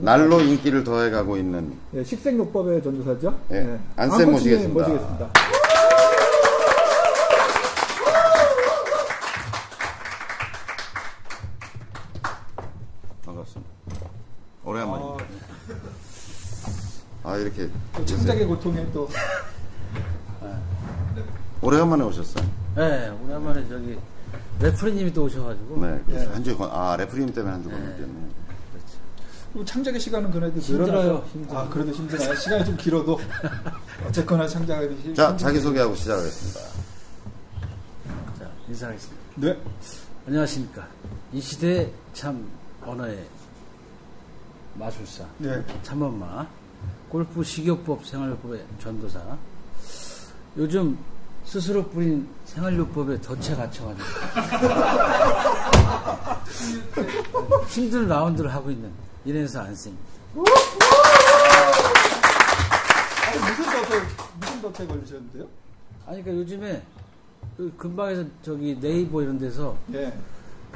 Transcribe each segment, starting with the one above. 날로 인기를 더해가고 있는 예, 식생요법의 전도사죠. 예, 안쌤 안코치님 모시겠습니다. 모시겠습니다. 반갑습니다. 오랜만입니다. 아 이렇게 또 창작의 고통에 또 오래간만에 오셨어요. 네, 오랜만에 저기 레프리님이 또 오셔가지고 네, 그래서 한 주, 건- 아, 레프리님 때문에 한 주간 넘겼네요. 그리고 창작의 시간은 그래도 힘들어요, 늘어나서- 힘들어요. 아 그래도 힘들어요. 시간이 좀 길어도 어쨌거나 창작하기 힘- 자, 자기소개하고 시작하겠습니다. 자, 인사하겠습니다. 네. 안녕하십니까. 이 시대의 참 언어의 마술사, 네. 참엄마, 골프 식욕법 생활요법의 전도사. 요즘 스스로 뿌린 생활요법에 덫에 갇혀가지고 힘든 라운드를 하고 있는 이래서 안 씁니다. 아니, 무슨 덫에 무슨 덫에 걸리셨는데요? 아니 그러니까 요즘에 그 근방에서 저기 네이버 이런 데서 예.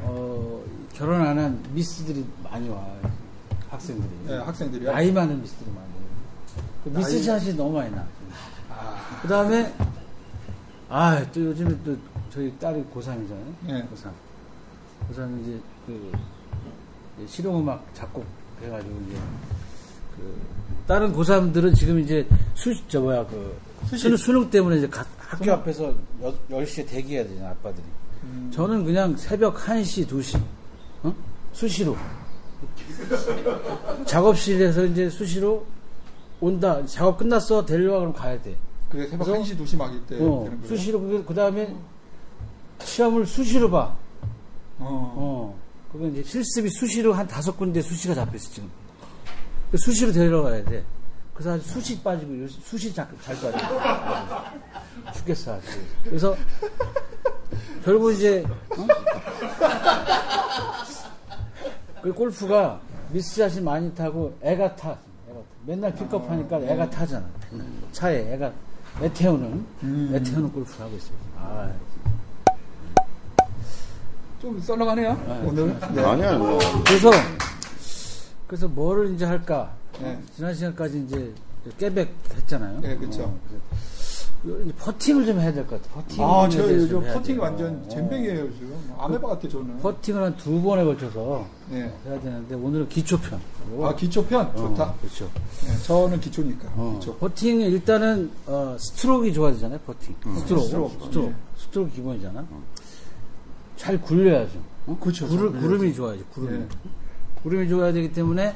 어, 결혼 안 한 미스들이 많이 와요. 학생들이. 예, 학생들이요. 나이 많은 미스들이 많이 와요. 그 미스샷이 너무 많이 나. 그 다음에, 아, 또 요즘에 또 저희 딸이 고3이잖아요. 예. 고3. 고3 이제 그 이제 실용음악 작곡 해가지고 이제 그 다른 고3들은 지금 이제 수, 저 뭐야, 그 수능, 수능 때문에 이제 가- 학교 앞에서 여, 10시에 대기해야 되잖아, 아빠들이. 음, 저는 그냥 새벽 1시, 2시, 어? 수시로. 작업실에서 이제 수시로 온다. 작업 끝났어. 데리러 와. 그럼 가야 돼. 그게 새벽 그래서- 1시 2시 막일 때 어, 되는 거예요. 수시로. 그 다음에 시험을 수시로 봐. 어. 어. 그러면 이제 실습이 수시로 한 다섯 군데 수시가 잡혀있어, 지금. 그 수시로 데리러 가야 돼. 그래서 아주 수시 빠지고, 요새 수시 잘, 잘 빠지고. 죽겠어, 아주. 그래서, 결국 이제, 어? 그 골프가 미스샷이 많이 타고 애가 타. 애가 타. 맨날 픽업 하니까 애가 타잖아. 차에 애가, 애 태우는, 애 태우는 골프를 하고 있어요. 아, 좀 썰렁하네요. 오늘. 네. 아니야, 뭐. 그래서 그래서 뭐를 이제 할까? 네. 지난 시간까지 이제 깨백 했잖아요. 네, 그쵸. 어, 그래서 이제 퍼팅을 좀 해야 될 것 같아요. 네, 퍼팅. 아, 제가 요즘 퍼팅 완전 젬병이에요, 요즘. 안 해봐 같아, 저는. 어. 퍼팅을 한 두 번에 걸쳐서 네. 해야 되는데 오늘은 기초편. 아, 기초편? 좋다. 어, 그렇죠. 네, 저는 기초니까. 어, 기초. 퍼팅 일단은 어, 스트로크가 좋아지잖아요. 퍼팅. 스트로크. 음. 스트로크. 스트로크. 스트로크. 예. 기본이잖아. 잘 굴려야죠. 어? 그렇죠. 구름, 잘 구름이 좋아야지. 구름이. 예. 구름이 좋아야 되기 때문에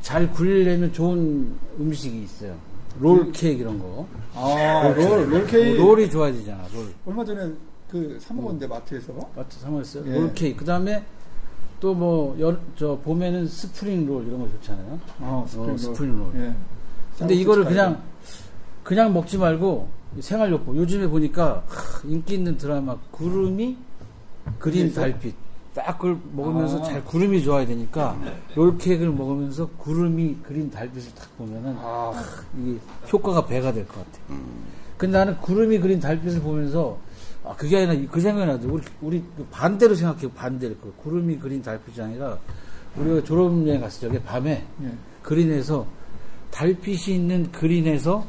잘 굴리려면 좋은 음식이 있어요. 롤 케이크 이런 거. 뭐 아, 그렇죠. 롤, 음. 네, 롤케이. 롤이 좋아지잖아. 롤. 얼마 전에 그 사먹었는데, 마트에서. 맞죠? 사모였어요. 예. 롤 케이크. 그다음에 또 뭐 저 봄에는 스프링 롤 이런 거 좋잖아요. 어, 스프링 롤. 스프링 롤. 예. 근데 이거를 그냥 그냥 먹지 말고 생활요법 요즘에 보니까 하, 인기 있는 드라마 구름이 그린 있어요? 달빛 딱 그걸 먹으면서 아. 잘 구름이 좋아야 되니까 롤케이크를 먹으면서 구름이 그린 달빛을 딱 보면은 아, 이게 효과가 배가 될 것 같아. 요 근데 나는 구름이 그린 달빛을 보면서 아 그게 아니라 그 생각이 나죠. 우리 우리 그 반대로 생각해 반대로 그 구름이 그린 달빛이 아니라 우리가 그 졸업여행 갔을 적에 밤에 예. 그린에서 달빛이 있는 그린에서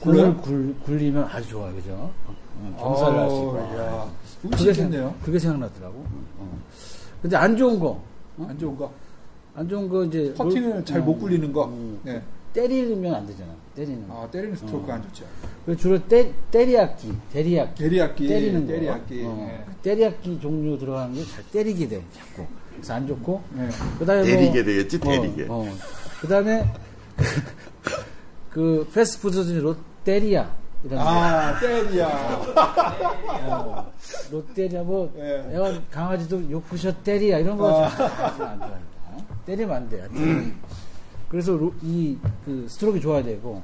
굴려요? 공을 굴, 굴리면 아주 좋아요, 그죠? 어, 경사를 할 수 있고. 아, 야. 그게, 움직겠네요 생각- 그게 생각나더라고. 어. 근데 안 좋은 거, 어? 안 좋은 거. 안 좋은 거 이제 퍼팅을 롤- 잘 어, 못 굴리는 거. 음. 어. 예. 때리면 안 되잖아. 때리는. 거. 아, 때리는 스트로크 안 좋죠. 그래서 주로 때 때리야끼, 대리야끼, 대리악기. 때리는 거. 대리악기. 어. 예. 때리야끼 종류 들어가는 게 잘 때리게 돼, 자꾸. 그래서 안 좋고. 예. 그다음에 때리게 뭐- 되겠지, 때리게. 어, 어. 그다음에 그 패스트푸드 중에 롯데리아 이런 거. 아, 때리야. 어, 롯데리아 뭐 예. 애가 강아지도 요크셔 때리야 이런 거 아. 음. 잘 안 좋아해. 어? 때리면 안 돼. 하여튼. 그래서 이그 스트로크 좋아야 되고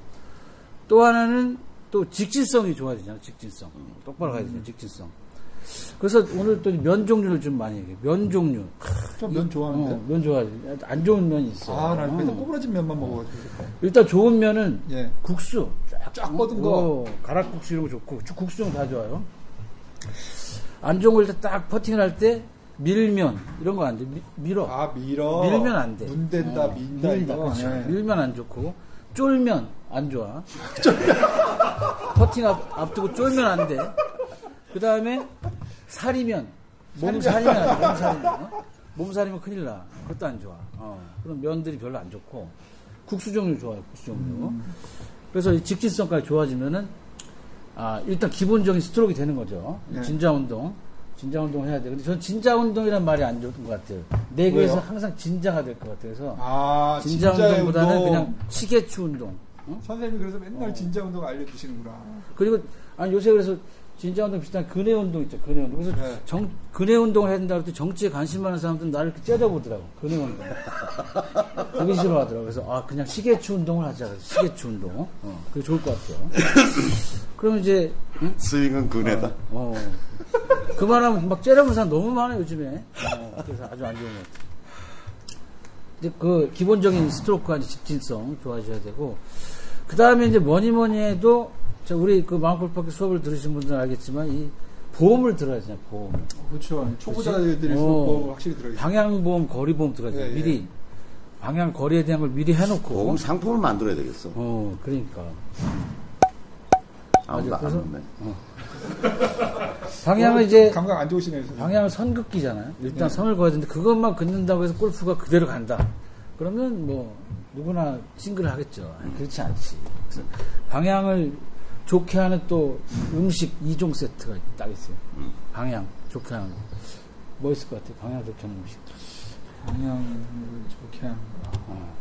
또 하나는 또 직진성이 좋아야 되잖아. 직진성. 음. 똑바로 가야 되잖아. 직진성. 그래서 오늘 또 면 종류를 좀 많이 얘기해. 면 종류. 저 면 좋아하는데. 어, 면 좋아하지. 안 좋은 면이 있어. 아, 나 맨날 어. 꼬부라진 면만 먹어가지고. 일단 좋은 면은 예. 국수 쫙 뻗은 거. 어, 가락국수 이런 거 좋고 주- 국수는 다 좋아요. 안 좋은 걸딱 퍼팅을 할 때 밀면 이런 거 안 돼. 미- 밀어. 아 밀어. 밀면 안 돼. 문댄다 아, 민다 네. 밀다. 이거. 그렇죠. 네. 밀면 안 좋고 쫄면 안 좋아. 퍼팅 앞, 앞두고 쫄면 안 돼. 그 다음에 살이면 몸살이면 안 돼. 몸살이면 어? 몸살이면 큰일 나. 그것도 안 좋아. 어. 그럼 면들이 별로 안 좋고 국수 종류 좋아요. 국수 종류. 음. 그래서 이 직진성까지 좋아지면은 아 일단 기본적인 스트로크 되는 거죠. 네. 진자 운동. 진자 운동을 해야 돼. 근데 저는 진자 운동이란 말이 안 좋은 것 같아요. 내교에서 왜요? 항상 진자가 될 것 같아요. 그래서 아 진자 진자의 운동보다는 운동. 그냥 시계추 운동. 응? 선생님이 그래서 맨날 어. 진자 운동 알려주시는구나. 그리고 아니, 요새 그래서 진자 운동 비슷한 근해 운동 있죠. 근해 운동. 그래서 네. 정, 근해 운동을 해야 된다 할 때 정치에 관심 많은 사람들은 나를 이렇게 째려보더라고. 근해 운동. 되게 싫어하더라고. 그래서 아 그냥 시계추 운동을 하자. 그래서 시계추 운동. 어, 그게 좋을 것 같아요. 그럼 이제 예? 응? 스윙은 근해다. 어. 그 말하면 막 째려보는 사람 너무 많아요, 요즘에. 어, 그래서 아주 안 좋은 것 같아요. 근데 그 기본적인 스트로크와 이제 직진성 좋아져야 되고, 그 다음에 이제 뭐니 뭐니 해도, 저 우리 그 마음골파크 수업을 들으신 분들은 알겠지만, 이 보험을 들어야 되잖아요, 보험을. 그렇죠. 초보자들이 어. 수업 확실히 들어있어. 방향보험, 거리보험 들어야 돼요, 예, 예. 미리. 방향, 거리에 대한 걸 미리 해놓고. 보험 상품을 만들어야 되겠어. 어, 그러니까. 아무도 안 그래서- 없네. 방향을 이제 어, 감각 안 좋으시네요. 선생님. 방향은 선긋기잖아요. 일단 네. 선을 그어야 되는데 그것만 긋는다고 해서 골프가 그대로 간다. 그러면 뭐 누구나 싱글 하겠죠. 아니, 그렇지 않지. 그래서 방향을 좋게 하는 또 음식 2종 세트가 딱 있어요. 방향 좋게 하는 거. 뭐 있을 것 같아요? 방향 좋게 하는 음식. 방향을 좋게 하는 거야. 어.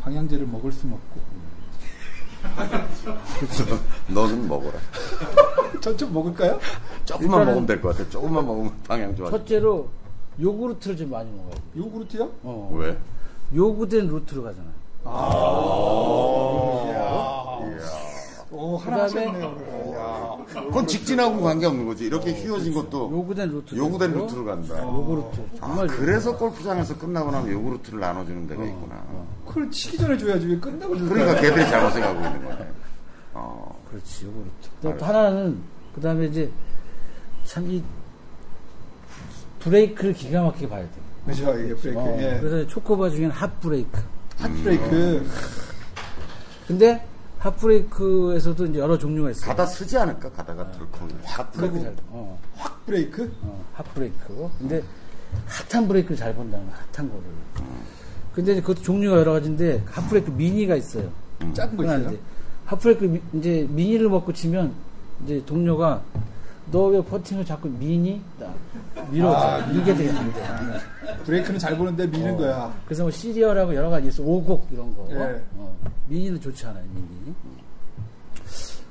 방향제를 먹을 순 없고. 너는 먹어라. 전 좀 먹을까요? 조금만 일단은- 먹으면 될 것 같아. 조금만 먹으면 방향 좋아. 첫째로 요구르트를 좀 많이 먹어야 돼요. 요구르트요? 어. 왜? 요구된 루트로 가잖아요. 어. 오, 어, 하나 그다음에- 하셨네요. 오늘. 야. 그건 직진하고 관계없는 거지. 이렇게 휘어진 것도 요구된 루트. 아, 요구된 루트로 간다. 요구르트. 아, 정말 어. 그래서 골프장에서 끝나고 나면 요구르트를 나눠주는 데가 있구나. 그걸 치기 전에 줘야지 왜 끝나고 줄까? 그러니까 걔들이 잘못 생각하고 있는 거네. 어, 그렇지, 요구르트. 또 하나는, 그 다음에 이제, 참 이, 브레이크를 기가 막히게 봐야 돼. 그죠 이게 브레이크. 어, 예. 그래서 초코바 중에는 핫브레이크. 핫브레이크. 근데, 핫브레이크에서도 이제 여러 종류가 있어. 가다 쓰지 않을까? 가다가 덜컹. 확 브레이크 들고. 어. 잘, 어, 핫브레이크? 어, 핫브레이크. 근데, 핫한 브레이크를 잘 본다는 거야, 핫한 거를. 음. 근데 이제 그것도 종류가 여러 가지인데, 핫브레이크 미니가 있어요. 작은 거 그건 있어요? 안 돼. 핫브레이크 미- 이제 미니를 먹고 치면 이제 동료가 너 왜 퍼팅을 자꾸 미니? 나 밀어. 아, 이게 되게 안 돼. 브레이크는 잘 보는데 미는 거야. 그래서 뭐 시리얼하고 여러 가지 있어. 오곡 이런 거. 예. 어, 미니는 좋지 않아요, 미니. 음.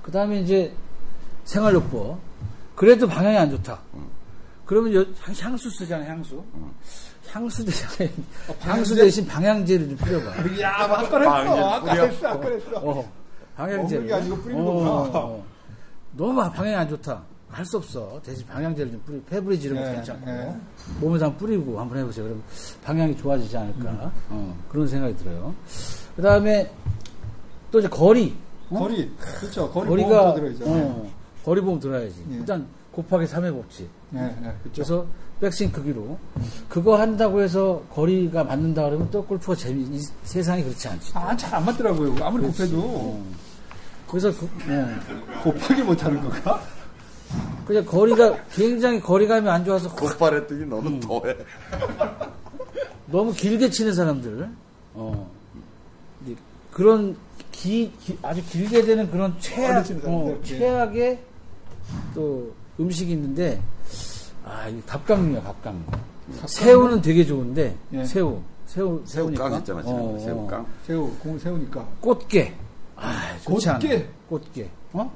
그 다음에 이제 생활요법. 그래도 방향이 안 좋다. 음. 그러면 여- 향- 향수 쓰잖아, 향수. 향수 대신에, 향수 어, 방향제? 대신 방향제를 좀 뿌려봐. 야, 아까 했어. 방향 아까 뿌려. 했어. 아까 했어. 어, 방향제. 어, 먹는 게 아니고 뿌리는 거구나. 너무 아, 방향이 안 좋다. 할 수 없어. 대신 방향제를 좀 뿌리고, 패브리 지르면 네, 괜찮고. 네. 몸에다 한번 뿌리고 한번 해보세요. 그럼 방향이 좋아지지 않을까. 음. 어, 그런 생각이 들어요. 그 다음에 또 이제 거리. 어? 거리. 그렇죠. 거리 거리가, 보험 들어야죠. 네. 어, 거리 보험 들어야지. 예. 일단 곱하기 3의 법칙. 네, 네. 그렇죠. 그래서 백스윙 크기로. 그거 한다고 해서 거리가 맞는다 그러면 또 골프가 재미, 이 세상이 그렇지 않지. 아, 잘 안 맞더라고요. 아무리 곱해도. 어. 그래서 그, 어. 곱하기 못하는 건가? 그냥 그러니까 거리가 굉장히 거리감이 안 좋아서 곧발했더니 너는 음. 더해. 너무 길게 치는 사람들 어 이제 그런 기, 기- 아주 길게 되는 그런 최악 치는 사람들, 어, 예. 최악의 또 음식이 있는데 아이 갑각류야 갑각류 새우는 되게 좋은데 예. 새우 새우 새우니까 새우깡 했잖아, 지금. 어, 새우깡. 어. 새우, 공 새우니까. 꽃게 아 좋지 않아 꽃게? 꽃게 어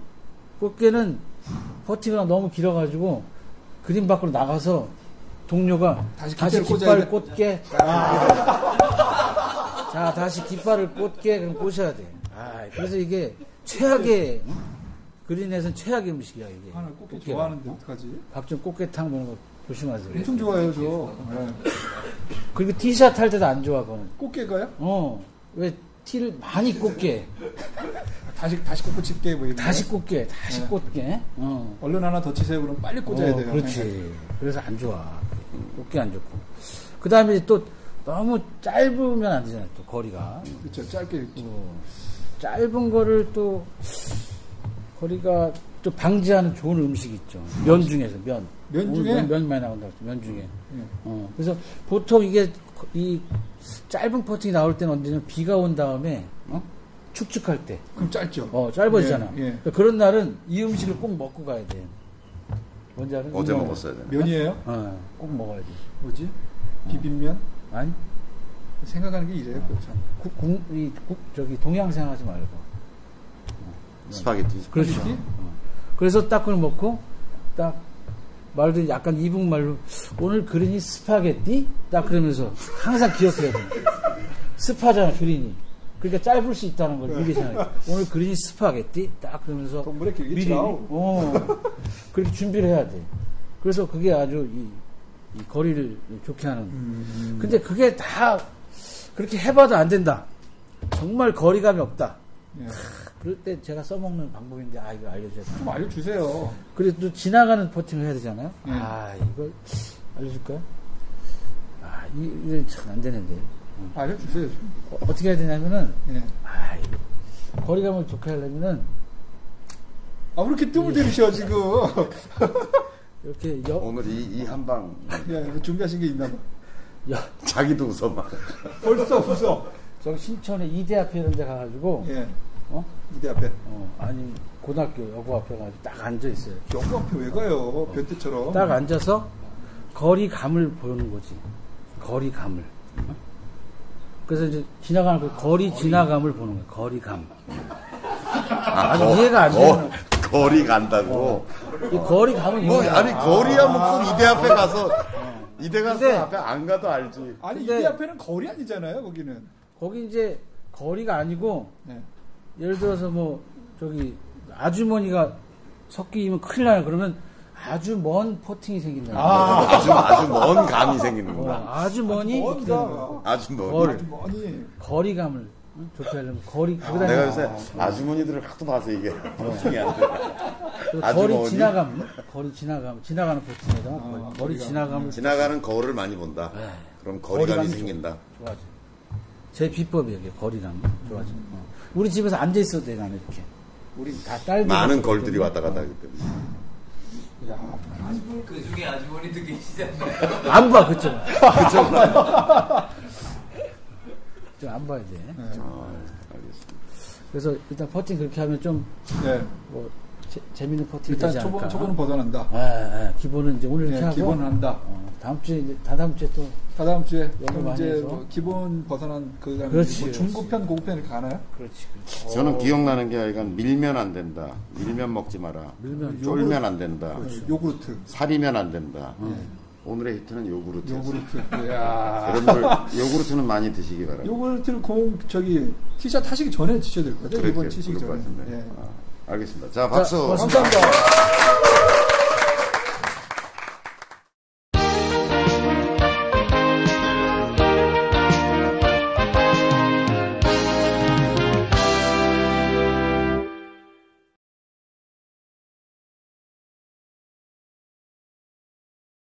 꽃게는 퍼팅이랑 너무 길어가지고 그림 밖으로 나가서 동료가 다시 다시, 다시 깃발을 꽂아야 아. 깃발을 꽂게 자, 다시 깃발을 꽂게 그럼 꽂아야 돼. 아, 그래서 이게 최악의 응? 그린에선 최악의 음식이야 이게. 하나 꽃게 좋아하는데 어떡하지? 밥좀 꽃게탕 먹는 거 조심하세요. 엄청 좋아해요, 저. 네. 그리고 티샷 할 때도 안 좋아 그거는. 꽃게가요? 어, 왜 티를 많이 꽂게, 다시, 다시 꽃게 칠게, 뭐, 이런 다시 거. 꽂게, 다시 꽂게. 어. 얼른 하나 더 치세요. 그럼 빨리 꽂아야 어, 돼요. 그렇지. 네. 그래서 안 좋아. 어깨 안 좋고. 그 다음에 또 너무 짧으면 안 되잖아요. 또 거리가. 그렇죠. 짧게 또 짧은 거를 또 거리가 또 방지하는 좋은 음식 있죠. 면 중에서 면. 아, 면 오늘 중에? 면, 면 많이 나온다. 그랬죠. 면 중에. 예. 어, 그래서 보통 이게 거- 이 짧은 퍼팅이 나올 때는 언제냐면 비가 온 다음에 어? 축축할 때. 그럼 짧죠. 어, 짧아지잖아. 예, 예. 그런 날은 이 음식을 꼭 먹고 가야 돼. 뭔지 알아? 어제 먹었어야 되네. 예. 면이에요? 어, 꼭 먹어야 돼. 뭐지? 비빔면? 아니? 생각하는 게 이래요. 그 참. 국, 국, 이, 국, 저기 동양 생각하지 말고. 스파게티. 그렇죠. 스파게티? 어. 그래서 딱 그걸 먹고 딱 말도 약간 이북말로 오늘 그린이 스파게티? 딱 그러면서 항상 기억해야 돼. 스파잖아 그린이. 그러니까 짧을 수 있다는 걸 미리 생각해. 오늘 그린이 스파게티? 딱 그러면서 동물의 길이 미리 지나오. 어, 그렇게 준비를 해야 돼. 그래서 그게 아주 이, 이 거리를 좋게 하는. 음. 근데 그게 다 그렇게 해봐도 안 된다. 정말 거리감이 없다. 예. 그럴 때 제가 써먹는 방법인데 아 이거 알려줘야 돼. 좀 알려주세요. 그리고 또 지나가는 버팅을 해야 되잖아요. 예. 아 이거 알려줄까요? 아 이- 이게 참 안 되는데 알려주세요. 좀. 어, 떻게 해야 되냐면은 예. 아 이거 거리감을 좋게 하려면은 아, 그렇게 예. 뜸을 들이셔, 지금. 이렇게 여, 오늘 이, 이 한방 예, 이거 준비하신 게 있나 봐. 여, 자기도 웃어 막. 벌써 웃어. 저 신촌에 이대 앞에 이런 데 가가지고 예. 어? 무대 앞에. 어, 아니 고등학교 여고 앞에 가가지고 딱 앉아 있어요. 여기 앞에 왜 가요? 변태처럼. 딱 어. 앉아서 거리감을 보는 거지. 거리감을. 어? 그래서 이제 지나가는 그 거리 지나감을 보는 거야. 거리감. 아, 아주 이해가 안 되는 거, 리 간다고. 이 거리감은 뭐 이거야. 어. 아니 거리야 뭐꼭 이대 앞에 가서 이대 가서 근데- 앞에 안 가도 알지. 아니, 근데- 이대 앞에는 거리 아니잖아요, 거기는. 거기 이제 거리가 아니고 예. 예를 들어서 뭐 저기 아주머니가 섞이면 큰일 나요. 그러면 아주 먼 포팅이 생긴다. 아, 아주 아주 먼 감이 생기는 어, 구나 아주머니 이렇게 그 되는 거야. 뭔가. 아주 먼. 뭘. 아주 많이. 거리감을 응? 좋게 하려면 거리 그다음에 아, 네. 내가 요새 아주머니들을 하도 봐서 이게 걱정이 안 돼. 그 거리 아주머니 아, 지나감, 거리 지나감, 지나가는 포팅에다 가 거리, 거리 지나감을 지나가는 거울을 많이 본다. 그럼 네. 거리감이 거리감이 좀- 생긴다. 좋아져. 제 비법이에요, 이게 거리랑 좋아져. 어. 우리 집에서 앉아 있어도 돼, 나는 이렇게. 우리 다 딸들 많은 걸들이 왔다 갔다 하기 때문에. 그 중에 아주머니도 계시잖아요. 안 봐, 그쪽. 그쪽. 좀안 봐야 돼. 아, 알겠습니다. 그래서 일단 퍼팅 그렇게 하면 좀 예. 뭐, 재, 재밌는 퍼팅이 일단 되지 초보, 않을까. 초보는 벗어난다. 아, 아, 기본은 이제 오늘 예, 이렇게 하고. 기본은 한다. 어, 다음 주에 이제 다다음 주에 또 다다음 주에 연구 그럼 많이 이제 해서. 뭐 기본 벗어난 그 다음에 그렇지, 뭐 중급편 고급편 이렇게 가나요? 그렇지. 저는 기억나는 게 약간 밀면 안 된다. 밀면 먹지 마라. 밀면 쫄면 안 된다. 요구르트, 살이면 안 된다. 오늘의 히트는 요구르트. 요구르트. 야. 여러분들 요구르트는 많이 드시기 바랍니다. 요구르트를 공 저기 티셔츠 하시기 전에 치셔야 될 것 같아요. 그렇게 이번 치시기 부를 것 전에. 같은데. 예. 아, 알겠습니다. 네. 자 박수. 박수. 감사합니다.